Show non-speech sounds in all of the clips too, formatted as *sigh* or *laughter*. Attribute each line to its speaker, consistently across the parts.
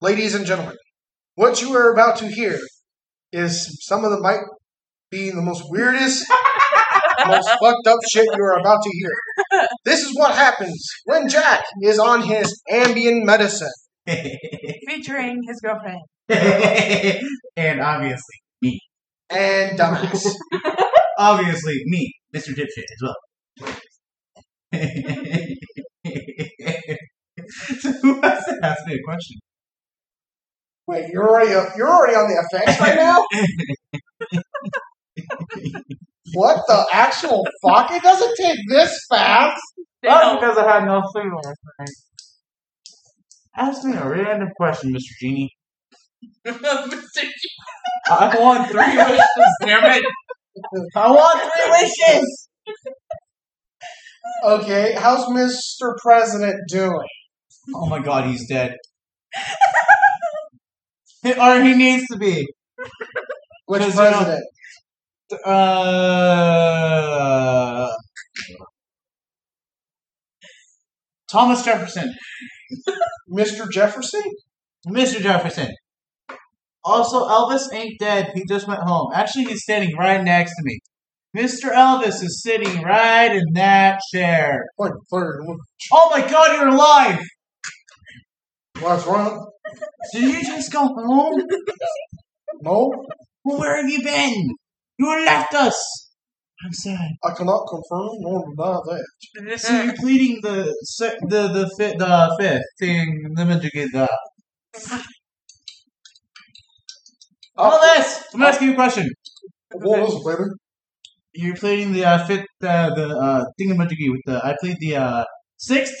Speaker 1: Ladies and gentlemen, what you are about to hear is some of the might be the most weirdest, most fucked up shit you are about to hear. This is what happens when Jack is on his Ambien medicine.
Speaker 2: *laughs*
Speaker 3: featuring his girlfriend.
Speaker 2: and obviously,
Speaker 1: And dumbass.
Speaker 2: obviously, me, Mr. Dipshit, as well. so *laughs* who has to ask me a question?
Speaker 1: Wait, you're already you're already on the effects right now. what the actual fuck? It doesn't take this fast.
Speaker 3: They don't-
Speaker 2: because I had no sleep last night. Ask me a random question, Mr. Genie. I want three wishes, damn it! *laughs* I want three wishes!
Speaker 1: Okay, how's Mr. President doing?
Speaker 2: Oh my god, he's dead. *laughs* or he needs to be.
Speaker 1: Which
Speaker 2: Because, you know-
Speaker 1: president?
Speaker 2: Uh, Thomas Jefferson,
Speaker 1: Mr. Jefferson?
Speaker 2: Mr. Jefferson. Also, Elvis ain't dead. He just went home. Actually, he's standing right next to me. Mr. Elvis is sitting right in that chair.
Speaker 1: What, what,
Speaker 2: Oh my God, you're alive!
Speaker 1: what's wrong?
Speaker 2: Did you just go home?
Speaker 1: No,
Speaker 2: Well, where have you been? You left us. I'm sad.
Speaker 1: I cannot confirm nor deny that.
Speaker 3: Uh,
Speaker 2: So you're pleading the se- the the fifth, the fifth thing. Let me get that. All this. I'm asking you a question.
Speaker 1: What was it, baby?
Speaker 2: You're pleading the uh, fifth, uh, the uh, thingamajiggy with the. I plead the uh, sixth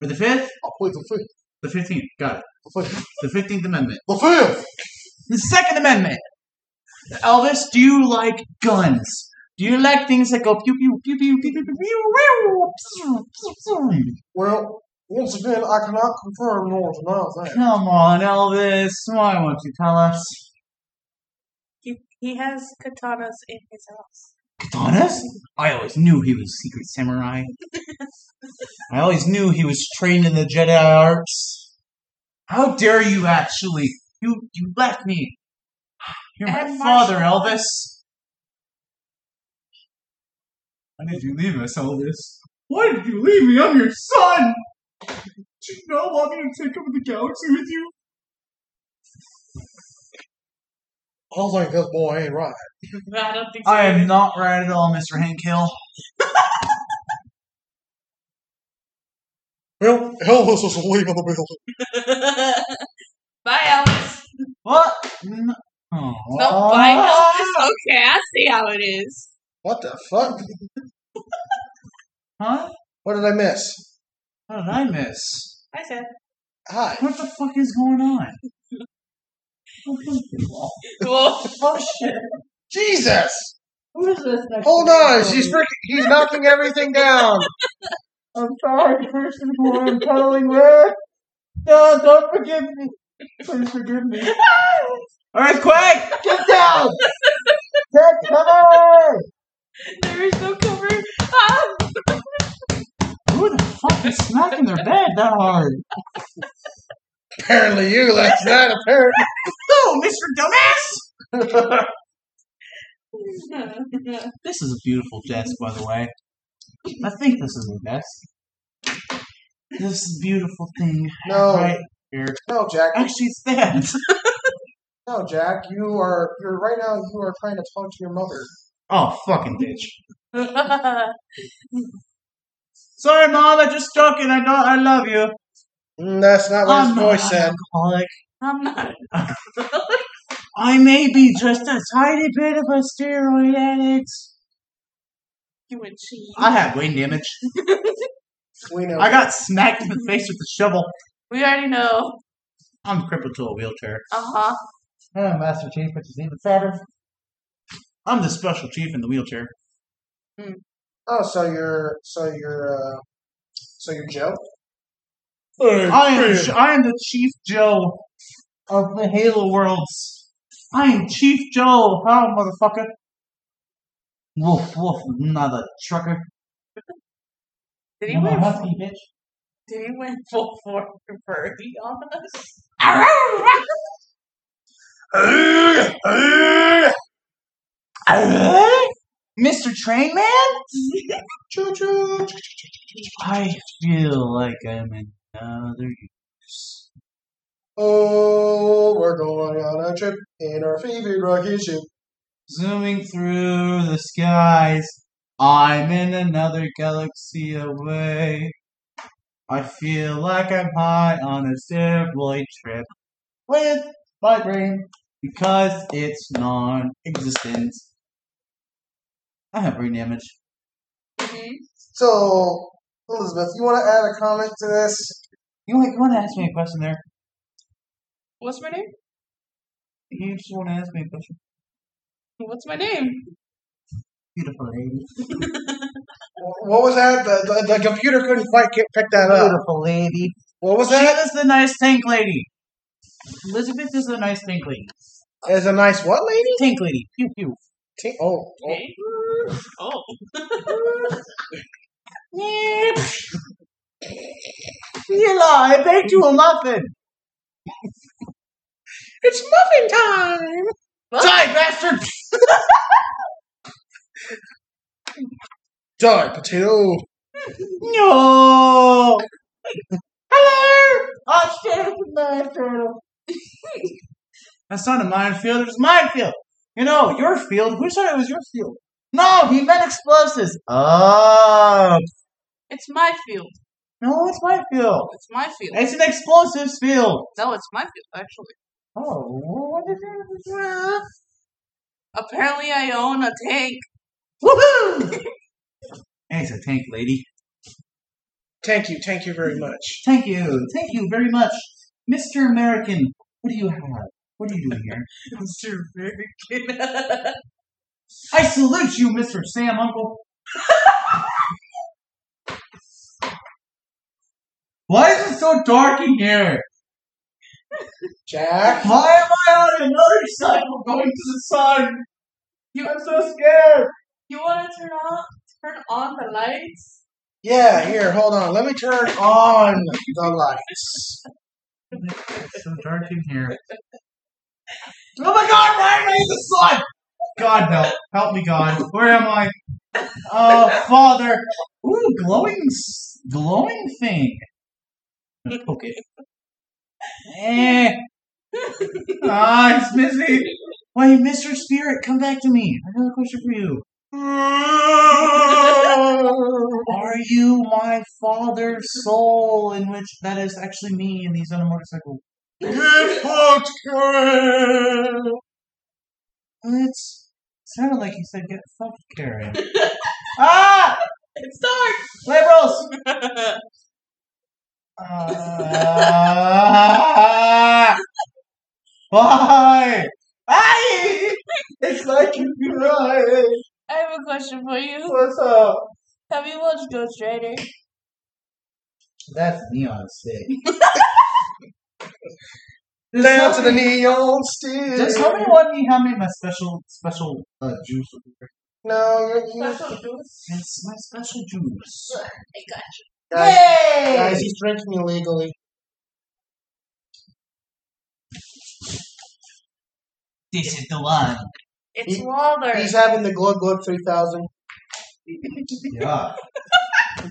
Speaker 2: or the fifth,
Speaker 1: I played the fifth.
Speaker 2: the fifteenth. Got it.
Speaker 1: The fifth.
Speaker 2: The fifteenth amendment.
Speaker 1: The fifth.
Speaker 2: The second amendment. Elvis, do you like guns? Do you like things that go pew pew pew pew pew pew pew pew? pew, pew, pew, pew?
Speaker 1: Well, once again, I cannot confirm nor deny that.
Speaker 2: Come on, Elvis. Why won't you tell us?
Speaker 3: He, he has katanas in his house.
Speaker 2: Katanas? I always knew he was secret *laughs* samurai. I always knew he was trained in the Jedi arts. How dare you, actually? You you left me. You're my
Speaker 3: And
Speaker 2: father,
Speaker 3: martial
Speaker 2: Elvis. Why did you leave us, Elvis? Why did you leave me? I'm your son! Do you not want me to take over the galaxy with you?
Speaker 1: I don't think this boy ain't right.
Speaker 3: I don't think so.
Speaker 2: I am not right at all, Mr. Hank Hill.
Speaker 1: Well, Elvis is leaving the building.
Speaker 3: *laughs* Bye, Alice.
Speaker 2: What? No. Oh.
Speaker 3: Don't bite Elvis. Okay, I see how it is.
Speaker 1: What the fuck?
Speaker 2: Huh?
Speaker 1: What did I miss?
Speaker 2: What did I miss?
Speaker 3: I said,
Speaker 1: Hi.
Speaker 2: What the fuck is going on? *laughs* oh
Speaker 3: well,
Speaker 2: shit!
Speaker 1: Jesus!
Speaker 2: Who is this? Next
Speaker 1: Hold on, she's freaking, he's knocking everything down.
Speaker 2: I'm sorry, person who I'm cuddling with. No, don't forgive me. Please forgive me. *laughs* Earthquake! Get down! Get cover!
Speaker 3: there is no cover. Ah, *laughs*
Speaker 2: Who the fuck is smacking their bed that hard?
Speaker 1: Apparently you last night, apparently.
Speaker 2: Who, Mr. Dumbass? This is a beautiful desk, by the way. I think this is the desk. This is a beautiful thing.
Speaker 1: No.
Speaker 2: Right here.
Speaker 1: No, Jack.
Speaker 2: Actually, it's that. *laughs*
Speaker 1: No, Jack. You are, you're right now, you are trying to talk to your mother.
Speaker 2: Oh, fucking bitch. Sorry, Mom, I just stuck and I don't, I love you.
Speaker 1: Mm, that's not what his
Speaker 2: I'm
Speaker 1: voice
Speaker 2: not an
Speaker 1: said.
Speaker 2: alcoholic.
Speaker 3: I'm not.
Speaker 2: I may be just a tiny bit of a steroid addict.
Speaker 3: You would cheat.
Speaker 2: I have brain damage.
Speaker 1: We know.
Speaker 2: I got smacked in the face with a shovel.
Speaker 3: We already know.
Speaker 2: I'm crippled to a wheelchair.
Speaker 3: Uh huh.
Speaker 2: I'm Master Chief, which is even sadder. I'm the special chief in the wheelchair.
Speaker 1: oh, so you're, so you're, uh, so you're Joe?
Speaker 2: I am, I am the Chief Joe of the Halo worlds. I am Chief Joe. How, motherfucker? Woof, woof, another trucker.
Speaker 3: Did he
Speaker 2: I'm a
Speaker 3: win?
Speaker 2: husky bitch.
Speaker 3: Did he win full for Birdie on us?
Speaker 2: Mr. Train Man? I feel like I'm in another universe.
Speaker 1: Oh, we're going on a trip in our favorite rocket ship.
Speaker 2: Zooming through the skies, I'm in another galaxy away. I feel like I'm high on a steroid trip with my brain because it's non existent. I have brain damage.
Speaker 1: So, Elizabeth, you want to add a comment to this?
Speaker 2: You want, you want to ask me a question there?
Speaker 3: What's my name?
Speaker 2: You just want to ask me a question?
Speaker 3: What's my name?
Speaker 2: Beautiful lady.
Speaker 1: What was that? The, the, the computer couldn't quite get, pick that up.
Speaker 2: Beautiful lady.
Speaker 1: What was
Speaker 2: She
Speaker 1: that?
Speaker 2: is the nice tank lady. Elizabeth is the nice tank lady.
Speaker 1: As a nice what lady?
Speaker 2: Tank lady. Pew pew.
Speaker 1: T- oh, oh.
Speaker 3: Okay. Oh.
Speaker 2: Eli, I baked you a muffin.
Speaker 1: *laughs* it's muffin time.
Speaker 3: What?
Speaker 1: Die, bastard! Die, potato.
Speaker 2: No. *laughs* Hello. I stand up in my turtle. *laughs* That's not a minefield. It's minefield. You know your field. Who said it was your field? No, he meant explosives. Oh.
Speaker 3: It's my field.
Speaker 2: No, it's my field.
Speaker 3: It's my field.
Speaker 2: It's an explosives field.
Speaker 3: No, it's my field, actually.
Speaker 2: Oh, what is that?
Speaker 3: Apparently, I own a tank. *laughs*
Speaker 2: Woohoo! Thanks, a tank lady.
Speaker 1: Thank you, thank you very much.
Speaker 2: Thank you, thank you very much, Mr. American. What do you have? What are you doing here?
Speaker 3: Mr. American.
Speaker 2: I salute you, Mr. Sam Uncle. *laughs* Why is it so dark in here?
Speaker 1: Jack,
Speaker 2: Why am I on another cycle going to the sun?
Speaker 3: You-
Speaker 2: I'm so scared.
Speaker 3: you want to turn on turn on the lights?
Speaker 1: Yeah, here, hold on. Let me turn on the lights.
Speaker 2: It's so dark in here. *laughs* Oh my god, Ryan, I need the sun! God help. Help me, God. Where am I? Oh, Father. Ooh, glowing, s- glowing thing. Okay. Eh. Ah, it's Missy. Wait, Mr. Spirit, come back to me. I got a question for *laughs* you. Are you my father's soul, in which that is actually me, and he's on a motorcycle?
Speaker 1: Get fucked, Karen.
Speaker 2: It's sounded like he said get fucked, Karen. ah!
Speaker 3: It's dark.
Speaker 2: Liberals! Ah! Why? Aye! It's like you be right.
Speaker 3: I have a question for you.
Speaker 2: What's up?
Speaker 3: Have you watched Ghost Rider?
Speaker 2: That's neon stick. Does
Speaker 1: Down to the
Speaker 2: somebody-
Speaker 1: neon stick.
Speaker 2: Does somebody want me hand me my special special uh, juice?
Speaker 1: No, you're, you
Speaker 3: Special juice.
Speaker 2: It's my special juice.
Speaker 3: I got you.
Speaker 1: guys,
Speaker 2: Yay!
Speaker 1: guys, he's drinking illegally.
Speaker 2: This is the one.
Speaker 3: It's
Speaker 1: He-
Speaker 3: water.
Speaker 1: He's having the Glug Glug 3000.
Speaker 2: Yeah. Oh,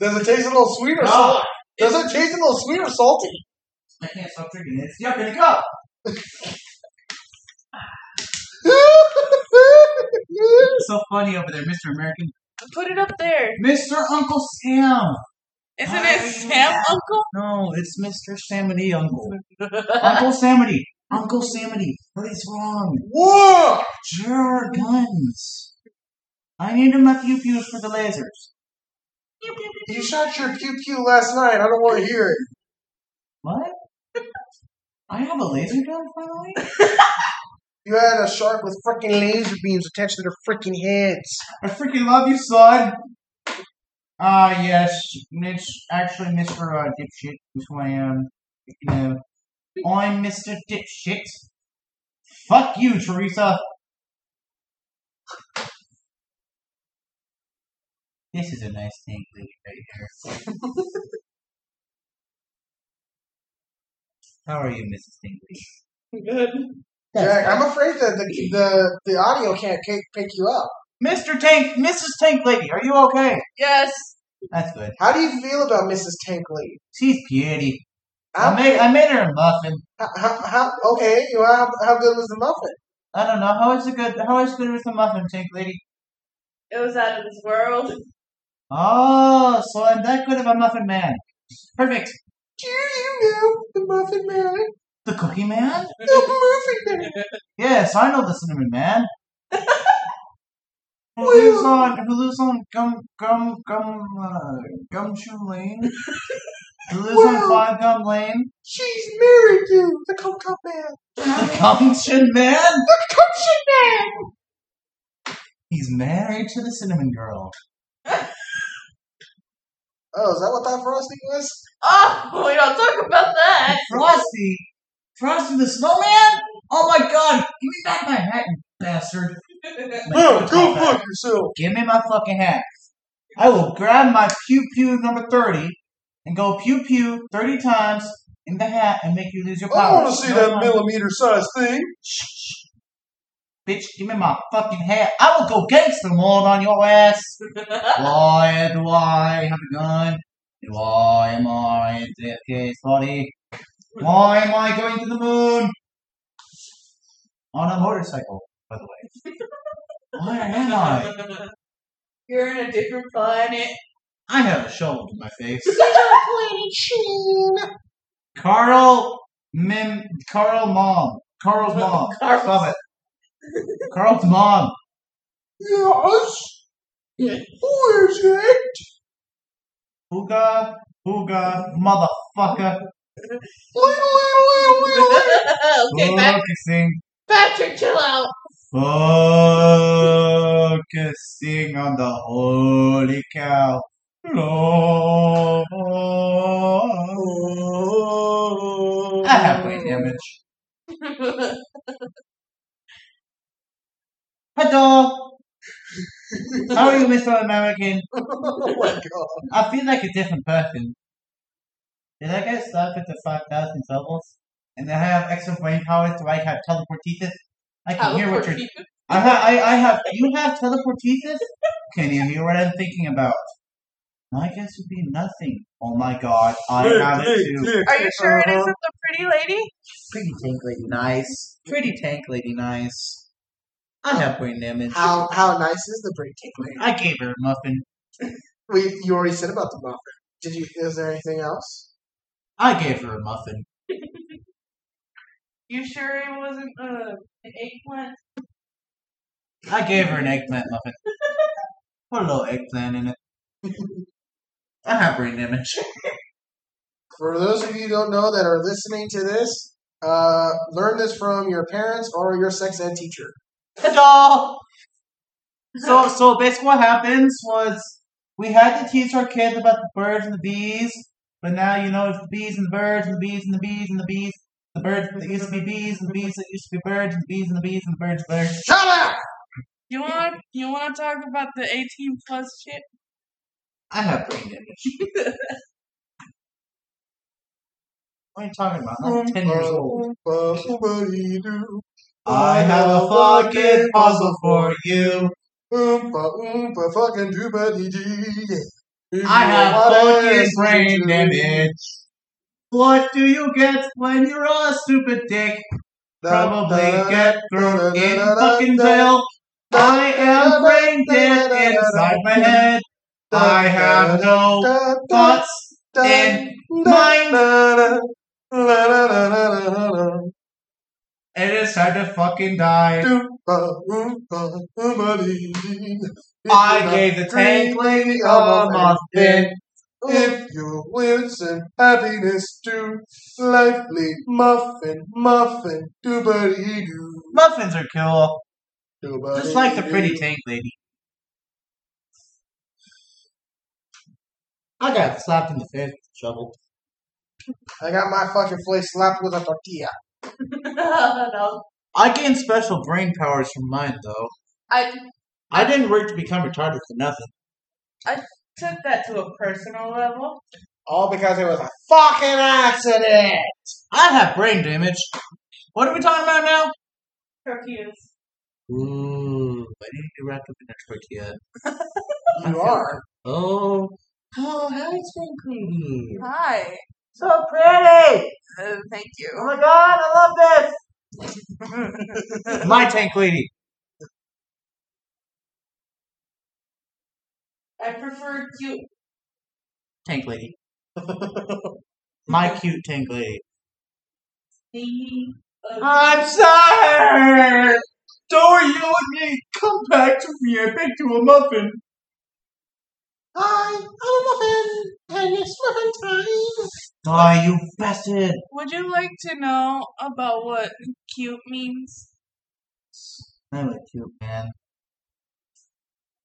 Speaker 1: Does it taste a little sweet or salt? Does it taste a little sweet or salty?
Speaker 2: I can't stop drinking it. It's yuck in a cup. It's so funny over there, Mr. American.
Speaker 3: Put it up there.
Speaker 2: Mr. Uncle Sam.
Speaker 3: Isn't
Speaker 2: Ah.
Speaker 3: it Sam Uncle?
Speaker 2: No, it's Mr. Samity Uncle. Uncle Samity. Uncle Samity. What is wrong?
Speaker 1: Whoa!
Speaker 2: Sure are guns. I needed my few pews for the lasers.
Speaker 1: You shot your pew pew last night. I don't want to hear it.
Speaker 2: What? I have a laser gun finally?
Speaker 1: You had a shark with freaking laser beams attached to their freaking heads.
Speaker 2: I freaking love you, son. Ah, yes, Mitch. Actually, Mr. Uh, Dipshit is who I am. You know, I'm Mr. Dipshit. Fuck you, Teresa. This is a nice tank lady right here. *laughs* How are you, Mrs. Dingley?
Speaker 3: Good.
Speaker 1: Jack, I'm afraid that the, the, the audio can't ca- pick you up.
Speaker 2: Mr. Tank, Mrs. Tank Lady, are you okay?
Speaker 3: Yes.
Speaker 2: That's good.
Speaker 1: How do you feel about Mrs. Tankley?
Speaker 2: She's beauty. I
Speaker 1: How,
Speaker 2: made I made her a muffin.
Speaker 1: how, how, how, okay, you know, how, how good was the muffin?
Speaker 2: I don't know how is it good. How is good with the muffin, Tank Lady?
Speaker 3: It was out of this world.
Speaker 2: Oh, so I'm that good of a muffin man. Perfect.
Speaker 1: Do you know the muffin man?
Speaker 2: The Cookie Man?
Speaker 1: The muffin man.
Speaker 2: Yes, I know the Cinnamon Man. *laughs* Who lives on who lives on gum gum gum uh, gumshoe lane? Who lives on
Speaker 1: Wow.
Speaker 2: five gum lane?
Speaker 1: She's married to the cum cum man.
Speaker 2: The Gumption Man.
Speaker 1: The cumshin man.
Speaker 2: He's married to the Cinnamon Girl.
Speaker 1: Oh, is that what that frosty was?
Speaker 3: *laughs* Oh, we don't talk about that.
Speaker 2: Frosty, Frosty the Snowman. Oh my God! Give me back my hat, you bastard!
Speaker 1: No, Oh, go fuck yourself.
Speaker 2: Give me my fucking hat. I will grab my pew pew number 30 and go pew pew 30 times in the hat and make you lose your
Speaker 1: I don't
Speaker 2: power.
Speaker 1: want to see that millimeter sized thing.
Speaker 2: Bitch, give me my fucking hat. I will go gangster mode on your ass. Why do I have a gun? And Why am I in JFK's body? Why am I going to the moon? On a motorcycle, by the way. Why am I?
Speaker 3: *laughs* You're in a different planet.
Speaker 2: I have a shovel to my face.
Speaker 1: Lady Sheen.
Speaker 2: Carl Mim Carl Mom. Carl's mom.
Speaker 3: Carl's-
Speaker 2: Stop it. Carl's mom.
Speaker 1: Yes. Who is it?
Speaker 2: Hooga hooga motherfucker.
Speaker 1: Little, little, little, little.
Speaker 3: *laughs* *laughs* okay, Pat-
Speaker 2: Focusing.
Speaker 3: Patrick, chill out. *laughs*
Speaker 2: Focusing on the holy cow. Lord. I have brain damage. Hello. How are you, Mr. American?
Speaker 1: *laughs* oh my god.
Speaker 2: I feel like a different person. Did I get stuck at the 5,000 levels? And I have extra brain powers, so I have teleportesis? I can hear what you're... I, ha- I, I have... You have teleportesis? Can you hear what I'm thinking about? My guess would be nothing. Oh my god, I have it too.
Speaker 3: Are you sure it isn't the pretty lady?
Speaker 2: Pretty tank lady nice. Pretty tank lady nice. I have brain damage.
Speaker 1: How how nice is the break takeaway?
Speaker 2: I gave her a muffin.
Speaker 1: We you already said about the muffin. Did you? Is there anything else?
Speaker 2: I gave her a muffin.
Speaker 3: You sure it wasn't uh, an eggplant?
Speaker 2: I gave her an eggplant muffin. Put a little eggplant in it. *laughs* I have brain damage.
Speaker 1: For those of you who don't know that are listening to this, uh, learn this from your parents or your sex ed teacher.
Speaker 2: Hello. So so basically what happens was we had to teach our kids about the birds and the bees, but now you know it's the bees and the birds and the bees and the bees and the bees, the birds that used to be bees and the bees that used to be birds and the bees and the bees and the birds birds.
Speaker 1: Shut up!
Speaker 3: You want you want to talk about the 18 plus shit?
Speaker 2: I have brain damage. *laughs* what are you talking about? I'm ten years old.
Speaker 1: old.
Speaker 2: I have a fucking puzzle for you.
Speaker 1: Oompa fucking doobity dee.
Speaker 2: I have fucking brain damage. What do you get when you're a stupid dick? Probably get thrown in fucking jail. I am brain dead inside my head. I have no thoughts in mind. It is time to fucking die.
Speaker 1: uh,
Speaker 2: I gave the tank lady a muffin.
Speaker 1: If you will send happiness to lively muffin, muffin, doobity doo.
Speaker 2: Muffins are cool,
Speaker 1: doobity
Speaker 2: just like the
Speaker 1: doo.
Speaker 2: pretty tank lady. I got slapped in the face with a shovel.
Speaker 1: I got my fucking face slapped with a tortilla.
Speaker 3: *laughs* no.
Speaker 2: I gained special brain powers from mine, though.
Speaker 3: I
Speaker 2: I didn't work to become retarded for nothing.
Speaker 3: took that to a personal level.
Speaker 1: All because it was a fucking accident.
Speaker 2: I have brain damage. What are we talking about now?
Speaker 3: Tortillas.
Speaker 2: Ooh, I need to be wrapped up in a tortilla.
Speaker 1: *laughs*
Speaker 2: I
Speaker 1: You
Speaker 2: feel-
Speaker 1: are.
Speaker 2: Oh, oh, hi, Twinkly.
Speaker 3: Hi.
Speaker 2: So pretty.
Speaker 3: Uh, thank
Speaker 2: Oh
Speaker 3: you.
Speaker 2: my god, I love this. my tank lady.
Speaker 3: I prefer cute.
Speaker 2: Tank *laughs* lady. my cute tank lady.
Speaker 3: The, uh,
Speaker 2: I'm sorry. Don't worry, you know what me. Come back to me. I baked you a muffin.
Speaker 1: Hi, I'm a muffin, and it's muffin time.
Speaker 2: Die, you bastard.
Speaker 3: would you like to know about what cute means?
Speaker 2: I'm a cute man.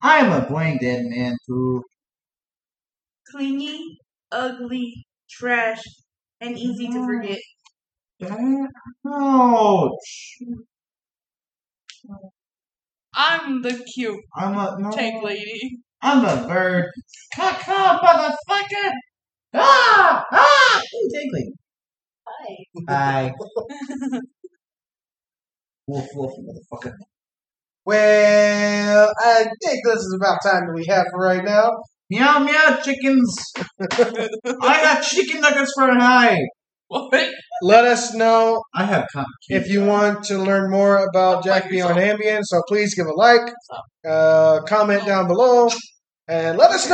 Speaker 2: I'm a brain dead man too.
Speaker 3: Clingy, ugly, trash, and easy to forget.
Speaker 2: Ouch.
Speaker 3: I'm the cute
Speaker 2: I'm a no.
Speaker 3: tank lady.
Speaker 2: I'm a bird. Caca, motherfucker! Ah! Ah! Hey, Tinkly.
Speaker 3: Hi.
Speaker 1: Uh.
Speaker 2: *laughs* Hi. Wolf, wolf, motherfucker.
Speaker 1: Well, I think this is about time that we have for right now.
Speaker 2: Meow, meow, chickens. I got chicken nuggets for an eye.
Speaker 3: What?
Speaker 1: Let us know
Speaker 2: I have comic
Speaker 1: if you want to learn more about Jack Beyond Ambien, so please give a like, uh, comment down below, and let us know.